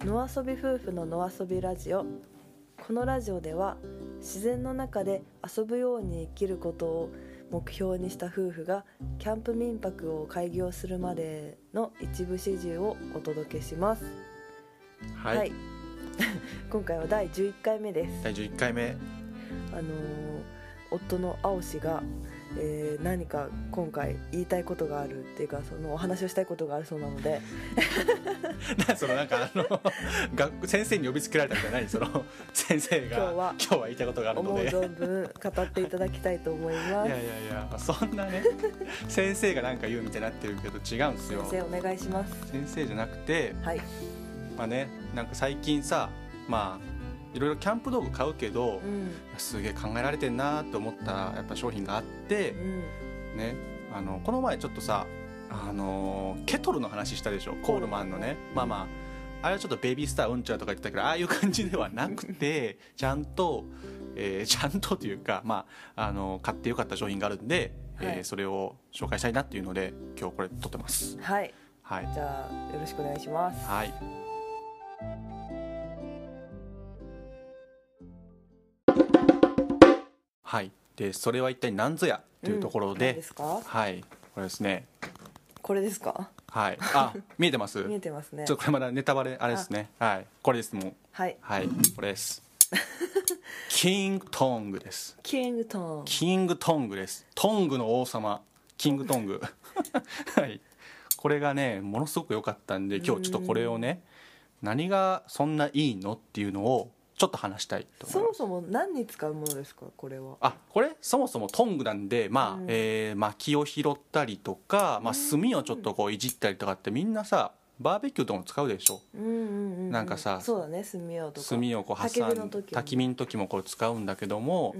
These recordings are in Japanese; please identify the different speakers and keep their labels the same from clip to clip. Speaker 1: 野遊び夫婦の野遊びラジオこのラジオでは自然の中で遊ぶように生きることを目標にした夫婦がキャンプ民泊を開業するまでの一部始終をお届けします
Speaker 2: はい、
Speaker 1: 今回は第11回目です
Speaker 2: 第11回目
Speaker 1: あのー夫の青氏が、えー何か今回言いたいことがあるっていうかそのお話をしたいことがあるそうなので
Speaker 2: なそのなんかあの 学先生に呼びつけられたみたいな何その先生が
Speaker 1: 今日は
Speaker 2: 言いたいことがある
Speaker 1: 思
Speaker 2: の
Speaker 1: う
Speaker 2: でい
Speaker 1: 存分語っていただきたいと思いま
Speaker 2: やい
Speaker 1: す
Speaker 2: やいやそんな ね先生がなんか言うみたいになってるけど違うんです
Speaker 1: 先
Speaker 2: よ
Speaker 1: 生お願いします
Speaker 2: 先生じゃなくて
Speaker 1: はい
Speaker 2: まあねなんか最近さまあいろいろキャンプ道具買うけど、
Speaker 1: うん
Speaker 2: すげえ考えられてんなと思ったやっぱ商品があって
Speaker 1: うん
Speaker 2: ねあのこの前ちょっとさあのケトルの話したでしょコールマンのねまあまああれはちょっとベビースターうんちゃうとか言ってたけどああいう感じではなくてちゃんと、えーちゃんとというか、まあ、あの買ってよかった商品があるんで、
Speaker 1: は
Speaker 2: えー
Speaker 1: い
Speaker 2: それを紹介したいなっていうので今日これ撮ってます。
Speaker 1: はい
Speaker 2: はい
Speaker 1: じゃあよろしくお願いします
Speaker 2: はい。はい。で、それは一体何ぞやというところ
Speaker 1: うん何
Speaker 2: で
Speaker 1: で、すか
Speaker 2: はい。これですね。
Speaker 1: これですか
Speaker 2: はい。あ、見えてます。
Speaker 1: 見えてますね
Speaker 2: ちょっとこれまだネタバレあれですね。はい。これですもう。
Speaker 1: はい
Speaker 2: はい。これ です。キングトングです。
Speaker 1: キングトン
Speaker 2: キングトングです。トングの王様。キングトング。 はい。これがね、ものすごく良かったんで、今日ちょっとこれをね、何がそんないいのっていうのをちょっと話したいと
Speaker 1: そ
Speaker 2: 思いま
Speaker 1: も
Speaker 2: す。
Speaker 1: そも何に使うものですかこれは
Speaker 2: あこれそもそもトングなんで、まあ
Speaker 1: うん
Speaker 2: えー薪を拾ったりとか、まあ、炭をちょっとこういじったりとかってみんなさバーベキューとかも使うでしょ
Speaker 1: うんうんうんう
Speaker 2: なんかさ
Speaker 1: そうだね炭をとか
Speaker 2: 炭をこう挟
Speaker 1: 焚き火
Speaker 2: ん
Speaker 1: の時も
Speaker 2: 焚き火の時もこう使うんだけども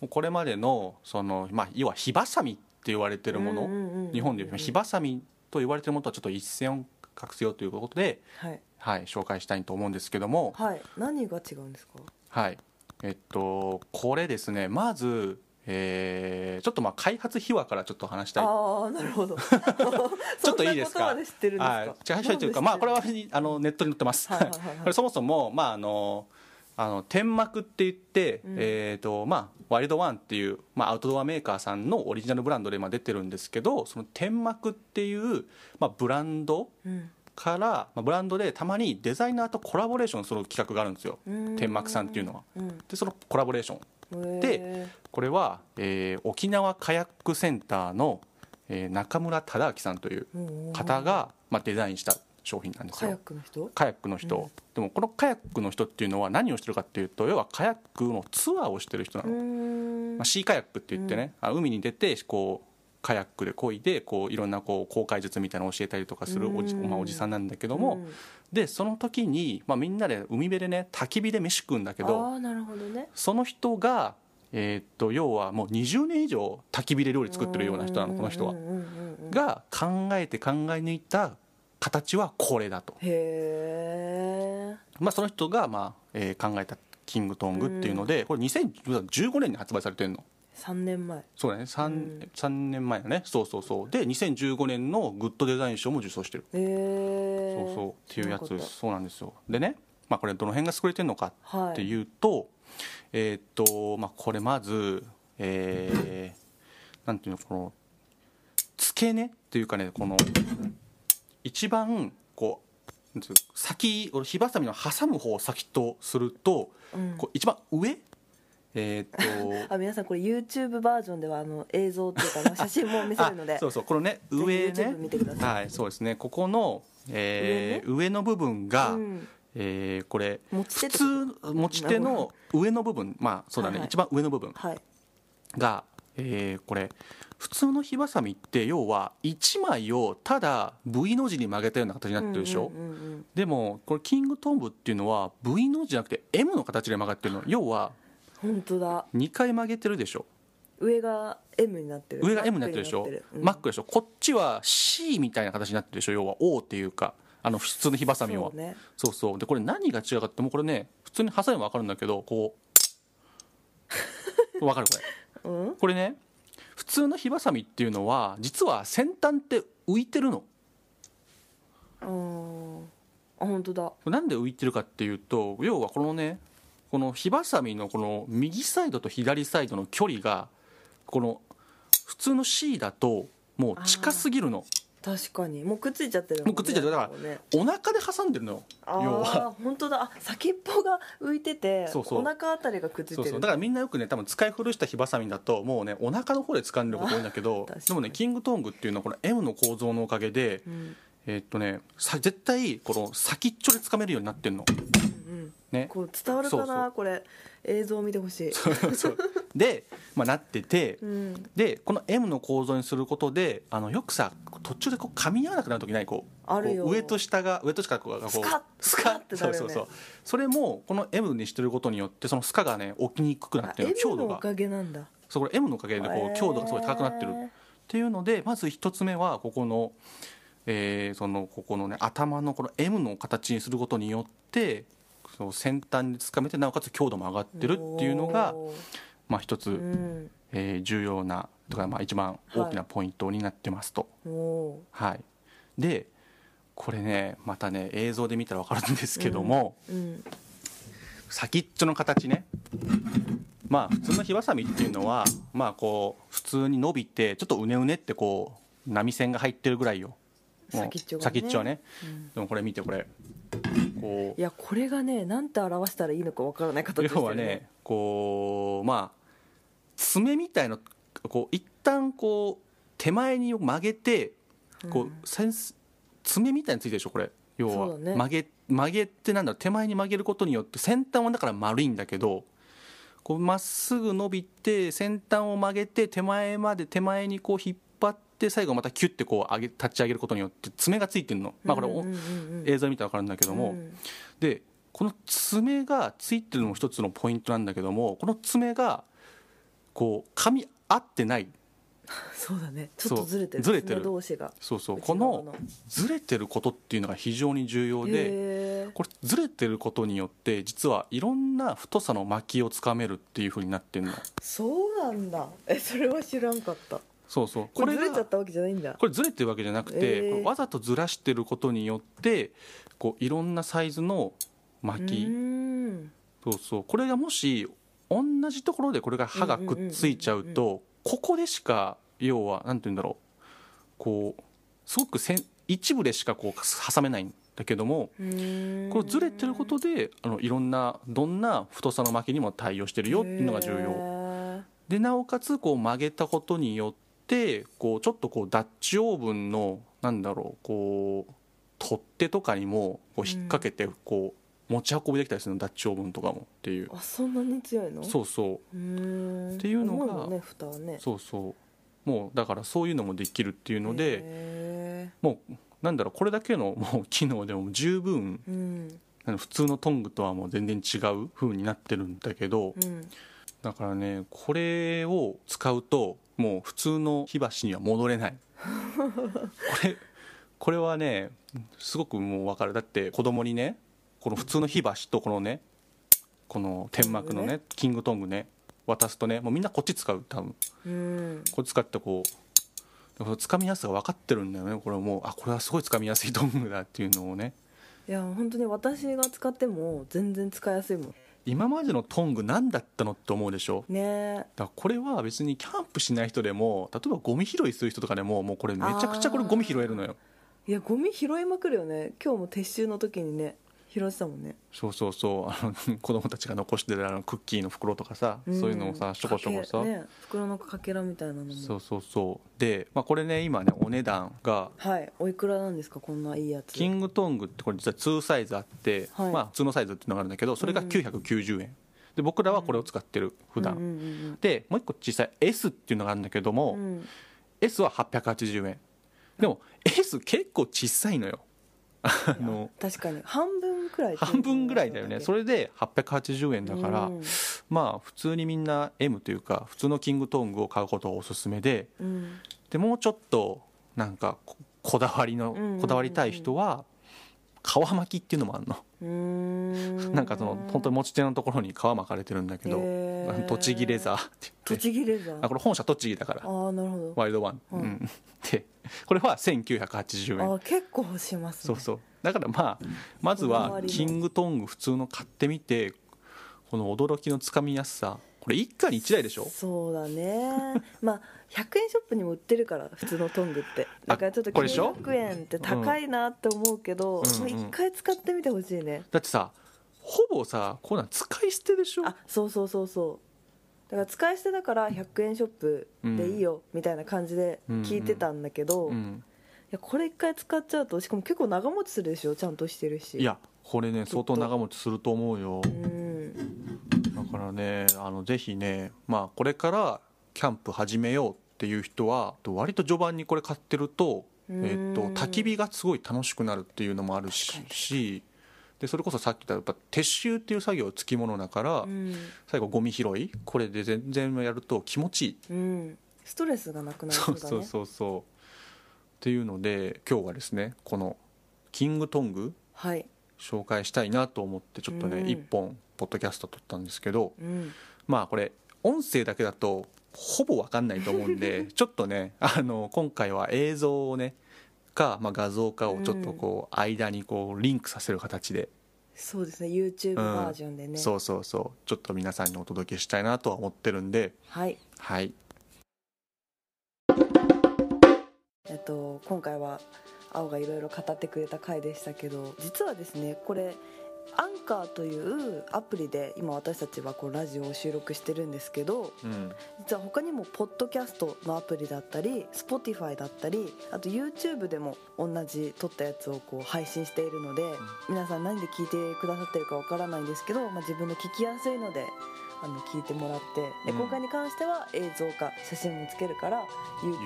Speaker 1: う、ん
Speaker 2: これまでのその、まあ、要は火ばさみって言われてるもの、
Speaker 1: うんうんうん
Speaker 2: 日本でいう火ばさみと言われてるものとはちょっと一線を画すよということで、
Speaker 1: はい
Speaker 2: はい、紹介したいと思うんですけども、
Speaker 1: はい何が違うんですか
Speaker 2: はいえっと、これですねまず、えーちょっとまあ開発秘話からちょっと話したい。
Speaker 1: ああなるほど
Speaker 2: ちょっといいですか
Speaker 1: そんなことまで知ってるんですか
Speaker 2: はい、違う違うというか、まあ、これは別にあのネットに載ってます。
Speaker 1: はいはいはいはい
Speaker 2: これそもそも、まあ、あの。あの天幕って言って、
Speaker 1: うん
Speaker 2: えーとまあ、ワイルドワンっていう、まあ、アウトドアメーカーさんのオリジナルブランドで今出てるんですけどその天幕っていう、まあ、ブランド
Speaker 1: うん
Speaker 2: から、まあ、ブランドでたまにデザイナーとコラボレーションする企画があるんですよ
Speaker 1: うん
Speaker 2: 天幕さんっていうのは
Speaker 1: うん
Speaker 2: でそのコラボレーションで
Speaker 1: へ
Speaker 2: これは、えー沖縄カヤックセンターの、えー中村忠明さんという
Speaker 1: ーうんうん
Speaker 2: 方が、まあ、デザインした商品なんです
Speaker 1: カヤッ
Speaker 2: よ
Speaker 1: クの人
Speaker 2: カヤックの人、
Speaker 1: うん
Speaker 2: でもこのカヤックの人っていうのは何をしてるかっていうと要はカヤックのツアーをしてる人な
Speaker 1: う
Speaker 2: の、
Speaker 1: ん
Speaker 2: まあ、シーカヤックって言ってね、あ海に出てこうカヤックで漕いでこういろんなこう航海術みたいなのを教えたりとかするおじ,、
Speaker 1: うん
Speaker 2: まあ、おじさんなんだけども、でその時に、まあ、みんなで海辺でね焚き火で飯食うんだけど
Speaker 1: ああーなるほどね
Speaker 2: その人が、えーっと要はもう20年以上焚き火で料理作ってるような人なのこの人は
Speaker 1: うん。うんうんうんうん
Speaker 2: が考えて考え抜いた形はこれだと、
Speaker 1: へえ
Speaker 2: まあ、その人が、まあえー考えた「キングトング」っていうので、これ2015年に発売されてるの
Speaker 1: 3年前
Speaker 2: そうだね 3,、
Speaker 1: うん
Speaker 2: 三年前だねそうそうそうで2015年のグッドデザイン賞も受賞してる、
Speaker 1: へえ
Speaker 2: そうそうっていうやつ
Speaker 1: 知らなかっ
Speaker 2: そうなんですよでね、まあ、これどの辺が優れてるのか
Speaker 1: たは
Speaker 2: っ
Speaker 1: い
Speaker 2: ていうと、えーっとまあこれまずえーなんていうのこの付け根っていうかねこの一番こうなんていうの先俺火ばさみの挟む方を先とすると
Speaker 1: うん
Speaker 2: こう一番上えーっと
Speaker 1: あ皆さんこれ YouTube バージョンではあの映像っていう か、まあ、写真も見せるので
Speaker 2: あそうそうこのね上
Speaker 1: ぜひ YouTube
Speaker 2: ね
Speaker 1: 見てくださ
Speaker 2: はいそうですねここの、えー上の部分
Speaker 1: い、
Speaker 2: が、
Speaker 1: うん、
Speaker 2: えーこれ
Speaker 1: 持ち手
Speaker 2: 普
Speaker 1: って
Speaker 2: 通持ち手の上の部分まあそうだね、
Speaker 1: はいはい
Speaker 2: 一番上の部分
Speaker 1: はい
Speaker 2: が、えーこれ普通の火ばさみって要は1枚をただ V の字に曲げたような形になってるでしょ、
Speaker 1: うんうんうんうん
Speaker 2: でもこれキングトンブっていうのは V の字じゃなくて M の形で曲がってるの要は
Speaker 1: 本当だ
Speaker 2: 2回曲げてるでしょ
Speaker 1: 上が M になってる
Speaker 2: 上が M になってるでしょ
Speaker 1: マックになってるうん
Speaker 2: マックでしょこっちは C みたいな形になってるでしょ要は O っていうかあの普通の火ばさみは
Speaker 1: そうね
Speaker 2: そうそうでこれ何が違うかってもうこれね普通にハサミも分かるんだけ どこう分かるこれ
Speaker 1: うん
Speaker 2: これね普通の火ばさみっていうのは実は先端って浮いてるの
Speaker 1: あーああ本当だ
Speaker 2: なんで浮いてるかっていうと要はこのねこの火ばさみのこの右サイドと左サイドの距離がこの普通の C だともう近すぎるの
Speaker 1: 確かにもうくっついちゃってるんね
Speaker 2: もうくっついちゃってるだから
Speaker 1: もうね
Speaker 2: お腹で挟んでるのよ
Speaker 1: あー
Speaker 2: 要は
Speaker 1: 本当だあ先っぽが浮いてて
Speaker 2: そうそう
Speaker 1: お腹あたりがくっつい
Speaker 2: そう
Speaker 1: てる
Speaker 2: そうだからみんなよくね多分使い古した火ばさみだともうねお腹の方で掴んでること多いんだけど
Speaker 1: あー確かに
Speaker 2: でもねキングトングっていうのはこの M の構造のおかげで
Speaker 1: うん
Speaker 2: えっとねさ絶対この先っちょで掴めるようになってるの
Speaker 1: うんうん
Speaker 2: ね
Speaker 1: こう伝わるかな
Speaker 2: そうそう
Speaker 1: これ映像を見てほしい、
Speaker 2: そうで、まあ、なってて
Speaker 1: うん、
Speaker 2: でこの M の構造にすることであのよくさ途中でこう噛み合わなくなる時ないこう
Speaker 1: あるよ
Speaker 2: こう上と下が上と下がこう
Speaker 1: スカッ
Speaker 2: スカッ
Speaker 1: スカッてなるよね
Speaker 2: そうそうそうそれもこの M にしてることによってそのスカがね起きにくくな
Speaker 1: あ
Speaker 2: ってる
Speaker 1: M
Speaker 2: 強度
Speaker 1: のお
Speaker 2: が
Speaker 1: かげなんだ
Speaker 2: そうこれ M のおかげでこう強度がすごい高くなってるっ
Speaker 1: へ
Speaker 2: ていうのでまず一つ目はここの,、えーそのここのね頭のこの M の形にすることによってその先端につかめてなおかつ強度も上がっ
Speaker 1: ー
Speaker 2: てるっていうのが
Speaker 1: おー
Speaker 2: まあ一つ、
Speaker 1: うん
Speaker 2: えー重要なとか、まあ、一番大きなポイントになってますと。
Speaker 1: おー
Speaker 2: はいでこれねまたね映像で見たら分かるんですけども、
Speaker 1: うん
Speaker 2: 先っちょの形ねまあ普通の火ばさみっていうのはまあこう普通に伸びてちょっとうねうねってこう波線が入ってるぐらいよもう
Speaker 1: 先っちょがね
Speaker 2: 先っちょはね
Speaker 1: うん
Speaker 2: でもこれ見てこれこう
Speaker 1: いやこれがねなんて表したらいいのかわからない形です
Speaker 2: 要
Speaker 1: よ
Speaker 2: は
Speaker 1: ね
Speaker 2: ねこうまあ爪みたいなこう一旦こう手前に曲げてこう、
Speaker 1: うん
Speaker 2: センス爪みたいについてるでしょこれ要
Speaker 1: そ
Speaker 2: は、
Speaker 1: うだね
Speaker 2: 曲げ曲げってなんだろう手前に曲げることによって先端はだから丸いんだけどこうまっすぐ伸びて先端を曲げて手前まで手前にこう引っ張って最後またキュッてこう上げ立ち上げることによって爪がついてるの、まあ、これ、お
Speaker 1: うんうんうんうん
Speaker 2: 映像見たら分かるんだけども、
Speaker 1: うん
Speaker 2: でこの爪がついてるのも一つのポイントなんだけどもこの爪がこう噛み合ってない
Speaker 1: そうだねちょっ
Speaker 2: そ
Speaker 1: と
Speaker 2: う
Speaker 1: ずれてる
Speaker 2: ずれてる
Speaker 1: 爪同士が
Speaker 2: そうそうこのずれてることっていうのが非常に重要で
Speaker 1: へー
Speaker 2: これずれてることによって実はいろんな太さの巻きをつかめるっていうふうになってるの
Speaker 1: そうなんだえそれは知らんかった
Speaker 2: そうそう
Speaker 1: これず
Speaker 2: が
Speaker 1: れちゃったわけじゃないんだ
Speaker 2: これずれてるわけじゃなくて、
Speaker 1: えー
Speaker 2: これわざとずらしてることによってこういろんなサイズの巻き、
Speaker 1: うーん
Speaker 2: そうそうこれがもし同じところでこれが歯がくっついちゃう
Speaker 1: うんうん
Speaker 2: とここでしか要はなんて言うんだろうこうすごくせん一部でしかこう挟めないんだけども
Speaker 1: うーん
Speaker 2: これずれてることであのいろんなどんな太さの巻きにも対応してるよっていうのが重
Speaker 1: へ
Speaker 2: 要
Speaker 1: ー
Speaker 2: でなおかつこう曲げたことによってこうちょっとこうダッチオーブンのなんだろうこう取っ手とかにもこう引っ掛けてこう持ち運びできたりするのダッチオーブンとかもっていう
Speaker 1: あそんなに強いの
Speaker 2: そうそう
Speaker 1: うーん
Speaker 2: っていうのが
Speaker 1: 重もんね蓋はね
Speaker 2: そうそうもうだからそういうのもできるっていうので
Speaker 1: へ
Speaker 2: もうなんだろうこれだけのもう機能でも十分
Speaker 1: ーうん
Speaker 2: あの普通のトングとはもう全然違う風になってるんだけど
Speaker 1: うん
Speaker 2: だからねこれを使うともう普通の火箸には戻れないこれこれはねすごくもう分かるだって子供にねこの普通の火箸とこのねこの天幕のねキングトングね渡すとねもうみんなこっち使う多分
Speaker 1: うん
Speaker 2: これ使ってこうでもつかみやすさが分かってるんだよねこれもうあこれはすごいつかみやすいトングだっていうのをね
Speaker 1: いや本当に私が使っても全然使いやすいもん
Speaker 2: 今までのトング何だったのって思うでしょ
Speaker 1: ねえ
Speaker 2: だからこれは別にキャンプしない人でも例えばゴミ拾いする人とかでももうこれめちゃくちゃこれゴミ拾えるのよ
Speaker 1: いやゴミ拾いまくるよね今日も撤収の時にね拾ってたもんね
Speaker 2: そうそうそうあの子供たちが残してるあのクッキーの袋とかさ、
Speaker 1: ん
Speaker 2: そういうのをさちょこちょこさ、
Speaker 1: かけね袋のかけらみたいなのも
Speaker 2: そうそうそうで、まあ、これね今ねお値段が
Speaker 1: はいおいくらなんですかこんないいやつ
Speaker 2: キングトングってこれ実は2サイズあって、
Speaker 1: はい
Speaker 2: まあ普通のサイズっていうのがあるんだけどそれが
Speaker 1: うん
Speaker 2: 990円、で僕らはこれを使ってる普段、
Speaker 1: うんうん
Speaker 2: でもう一個小さい S っていうのがあるんだけど
Speaker 1: う
Speaker 2: も、
Speaker 1: んうん、うん、
Speaker 2: S は880円でも S 結構小さいのよ あの
Speaker 1: 確かに半分くらい
Speaker 2: 半分ぐらいだよねそ
Speaker 1: れ
Speaker 2: れで880円だから、
Speaker 1: うん
Speaker 2: まあ普通にみんな M というか普通のキングトングを買うことがおすすめで
Speaker 1: うん
Speaker 2: でもうちょっとなんかここだわりの
Speaker 1: うんうんうん
Speaker 2: こだわりたい人は皮巻きっていうのもあるの
Speaker 1: うーん
Speaker 2: なんかその本当に持ち手のところに皮巻かれてるんだけど、
Speaker 1: へー
Speaker 2: あの栃木レザーって言って
Speaker 1: 栃木レザー
Speaker 2: あこれ本社栃木だから
Speaker 1: ああなるほ
Speaker 2: ワイルドワン、
Speaker 1: うん
Speaker 2: うんでこれは1980
Speaker 1: ど
Speaker 2: 円
Speaker 1: あー結構します
Speaker 2: そ
Speaker 1: ね
Speaker 2: うそうだからまあまず
Speaker 1: こだわ
Speaker 2: は
Speaker 1: りの
Speaker 2: キングトング普通の買ってみてこの驚きのつかみやすさこれ一家に一台でしょ
Speaker 1: そうだね まあ100円ショップにも売ってるから普通のトングってだからちょっと
Speaker 2: これでしょ
Speaker 1: 900円って高いなって思うけど
Speaker 2: うんうん
Speaker 1: もう一回使ってみてほしいね
Speaker 2: だってさほぼさこうなん使い捨てでしょ
Speaker 1: あそうそうそうそうだから使い捨てだから100円ショップでいいよみたいな感じで聞いてたんだけど、
Speaker 2: う
Speaker 1: い
Speaker 2: ん、
Speaker 1: やこれ一回使っちゃうとしかも結構長持ちするでしょちゃんとしてるし
Speaker 2: いやこれね相当長持ちすると思うよ
Speaker 1: うん
Speaker 2: だからねあのぜひね、まあ、これからキャンプ始めようっていう人はと割と序盤にこれ買ってると,、え
Speaker 1: うん
Speaker 2: っと焚き火がすごい楽しくなるっていうのもあるししでそれこそさっき言ったやっぱ撤収っていう作業つきものだから、
Speaker 1: うん、
Speaker 2: 最後ゴミ拾いこれで全然やると気持ちいい、
Speaker 1: うん、ストレスがなくなる
Speaker 2: そう
Speaker 1: だ
Speaker 2: そうそうそうっていうので今日はですねこのキングトング
Speaker 1: はい、
Speaker 2: 紹介したいなと思ってちょっとね
Speaker 1: うん
Speaker 2: 一本ポッドキャスト撮ったんですけど、
Speaker 1: うん、
Speaker 2: まあこれ音声だけだとほぼわかんないと思う んでちょっとねあの今回は映像をねか、まあ、画像かをちょっとこう間にこうリンクさせる形で、
Speaker 1: そうですね YouTube
Speaker 2: うん
Speaker 1: バージョンでね、
Speaker 2: そうそうそうちょっと皆さんにお届けしたいなとは思ってるんで
Speaker 1: はい
Speaker 2: はい
Speaker 1: えっと、今回は青がいろいろ語ってくれた回でしたけど実はですねこれアンカーというアプリで今私たちはこうラジオを収録してるんですけど
Speaker 2: うん
Speaker 1: 実は他にもポッドキャストのアプリだったり Spotify だったりあと YouTube でも同じ撮ったやつをこう配信しているので皆さん何で聞いてくださってるかわからないんですけど、まあ、自分の聞きやすいのであの聞いてもらってで
Speaker 2: うん
Speaker 1: 今回に関しては映像か写真もつけるから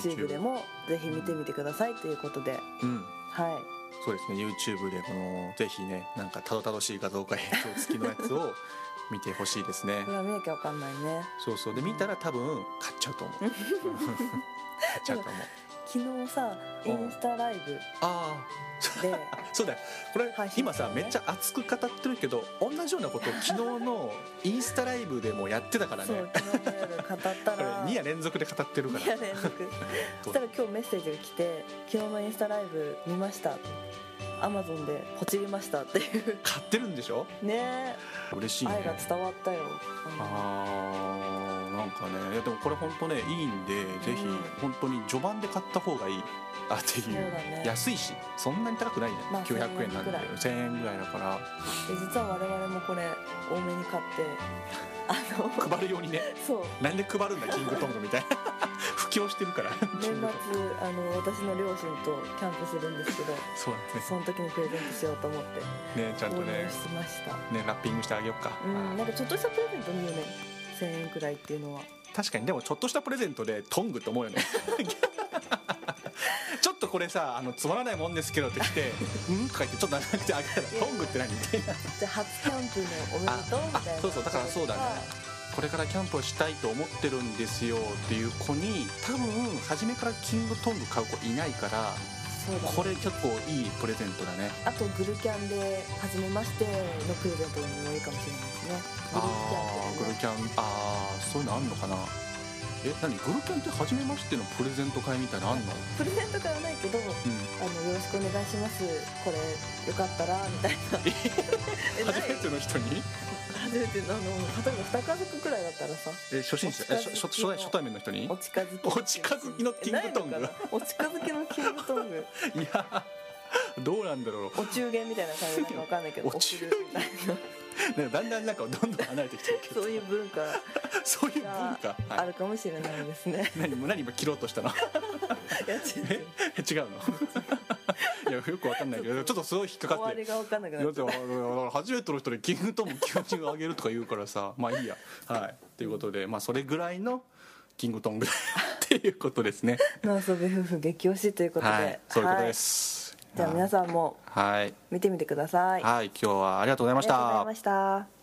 Speaker 1: YouTube でもぜひ見てみてくださいということで、
Speaker 2: うん
Speaker 1: はい、
Speaker 2: そうですね YouTube でこのぜひねなんかたどたどしい画像か映像付きのや つを見てほしいですね
Speaker 1: これは見なきゃわかんないね
Speaker 2: そうそうで見たら多分買っちゃうと思 う買っちゃうと思う
Speaker 1: 昨日さインスタライ
Speaker 2: ああ
Speaker 1: ブで
Speaker 2: そうだよこれ
Speaker 1: 配信
Speaker 2: 今さ
Speaker 1: ね
Speaker 2: めっちゃ熱く語ってるけど同じようなことを昨日のインスタライブでもやってたから
Speaker 1: そ
Speaker 2: ね
Speaker 1: う昨日の夜語った
Speaker 2: これ
Speaker 1: ら
Speaker 2: 2夜連続で語ってるか
Speaker 1: いや
Speaker 2: ら
Speaker 1: 連 続そしたら今日メッセージが来て「昨日のインスタライブ見ました」「アマゾンでポチりました」っていう
Speaker 2: 買ってるんでしょ
Speaker 1: ね
Speaker 2: 嬉しい
Speaker 1: え愛
Speaker 2: ね
Speaker 1: が伝わったよ
Speaker 2: あーなんかねいやでもこれ本当ねいいんでぜひ
Speaker 1: うん
Speaker 2: 本当に序盤で買った方がいいあって
Speaker 1: そう
Speaker 2: い
Speaker 1: だ
Speaker 2: う
Speaker 1: ねで
Speaker 2: 安いしそんなに高くないね、
Speaker 1: まあ
Speaker 2: 900円なん
Speaker 1: 1000円
Speaker 2: で
Speaker 1: ぐらい
Speaker 2: 1000円ぐらいだから
Speaker 1: 実は我々もこれ多めに買ってあの
Speaker 2: 配るようにね
Speaker 1: そう
Speaker 2: なんで配るんだキングトングみたいな 布教してるから
Speaker 1: 年末あの私の両親とキャンプするんですけ ど
Speaker 2: そうなんです
Speaker 1: その時にプレゼントしようと思って
Speaker 2: ねねちゃんと
Speaker 1: 購
Speaker 2: ね
Speaker 1: 入しました
Speaker 2: ねラッピングしてあげようか、
Speaker 1: うんなんかちょっとしたプレゼントによね1000円くらいっていうのは
Speaker 2: 確かにでもちょっとしたプレゼントでトングって思う よねちょっとこれさあのつまらないもんですけどって来 て「うん?」とか言ってちょっと長くてあげたら「トングって何?」みたいな
Speaker 1: じゃあ初キャンプのおめでとうみたいな
Speaker 2: そうそうだからそうだねこれからキャンプをしたいと思ってるんですよっていう子に多分初めからキングトング買う子いないから
Speaker 1: そうだね
Speaker 2: これ結構いいプレゼントだね
Speaker 1: あとグルキャンで「初めまして」のプレゼントにもいいかもしれないですね
Speaker 2: ああ
Speaker 1: グ
Speaker 2: グ
Speaker 1: ル
Speaker 2: ル
Speaker 1: キャンでね
Speaker 2: キャンああそういうのあんのかなえ何グルキャンって初めましてのプレゼント会みたいなのあんの
Speaker 1: プレゼントからないけど
Speaker 2: う
Speaker 1: あ
Speaker 2: ん
Speaker 1: の「よろしくお願いしますこれよかったら」みたい なえない
Speaker 2: 初めての人に
Speaker 1: 初めてのあの例えば2家族くらいだったらさ
Speaker 2: え初心者え初初初対初対面の人にい
Speaker 1: お近づき
Speaker 2: お近づきのキングトング
Speaker 1: えないのかなお近づきのキングト ング
Speaker 2: やどうなんだろ
Speaker 1: お中元みたいな感じなのかわかんないけど
Speaker 2: お中元
Speaker 1: 送るみたいな
Speaker 2: うなんかだんだんなんかどんどん離れてきてるけど
Speaker 1: そういう文化が
Speaker 2: そういう文化
Speaker 1: あ
Speaker 2: はい
Speaker 1: るかもしれないですね、
Speaker 2: 何もう何今切ろうとしたの
Speaker 1: いやちょっと
Speaker 2: え 違うのいやよくわかんないけ どちょっとすごい引っか
Speaker 1: 終
Speaker 2: か
Speaker 1: わ
Speaker 2: って
Speaker 1: り
Speaker 2: る
Speaker 1: が分かんなく
Speaker 2: だ
Speaker 1: な
Speaker 2: っ
Speaker 1: ってちゃ
Speaker 2: あ
Speaker 1: う
Speaker 2: の初めての人にキングトング急に上げるとか言うか らさまあいいやはいということでまあそれぐらいのキングトングっていうことですね
Speaker 1: の遊び夫婦激推しということで、
Speaker 2: はいそういうこと
Speaker 1: は
Speaker 2: で
Speaker 1: い
Speaker 2: す
Speaker 1: じゃあ皆さんも
Speaker 2: はい
Speaker 1: 見てみてください。あり
Speaker 2: はい今日はありがとうございまし
Speaker 1: がとうござい
Speaker 2: た
Speaker 1: ました。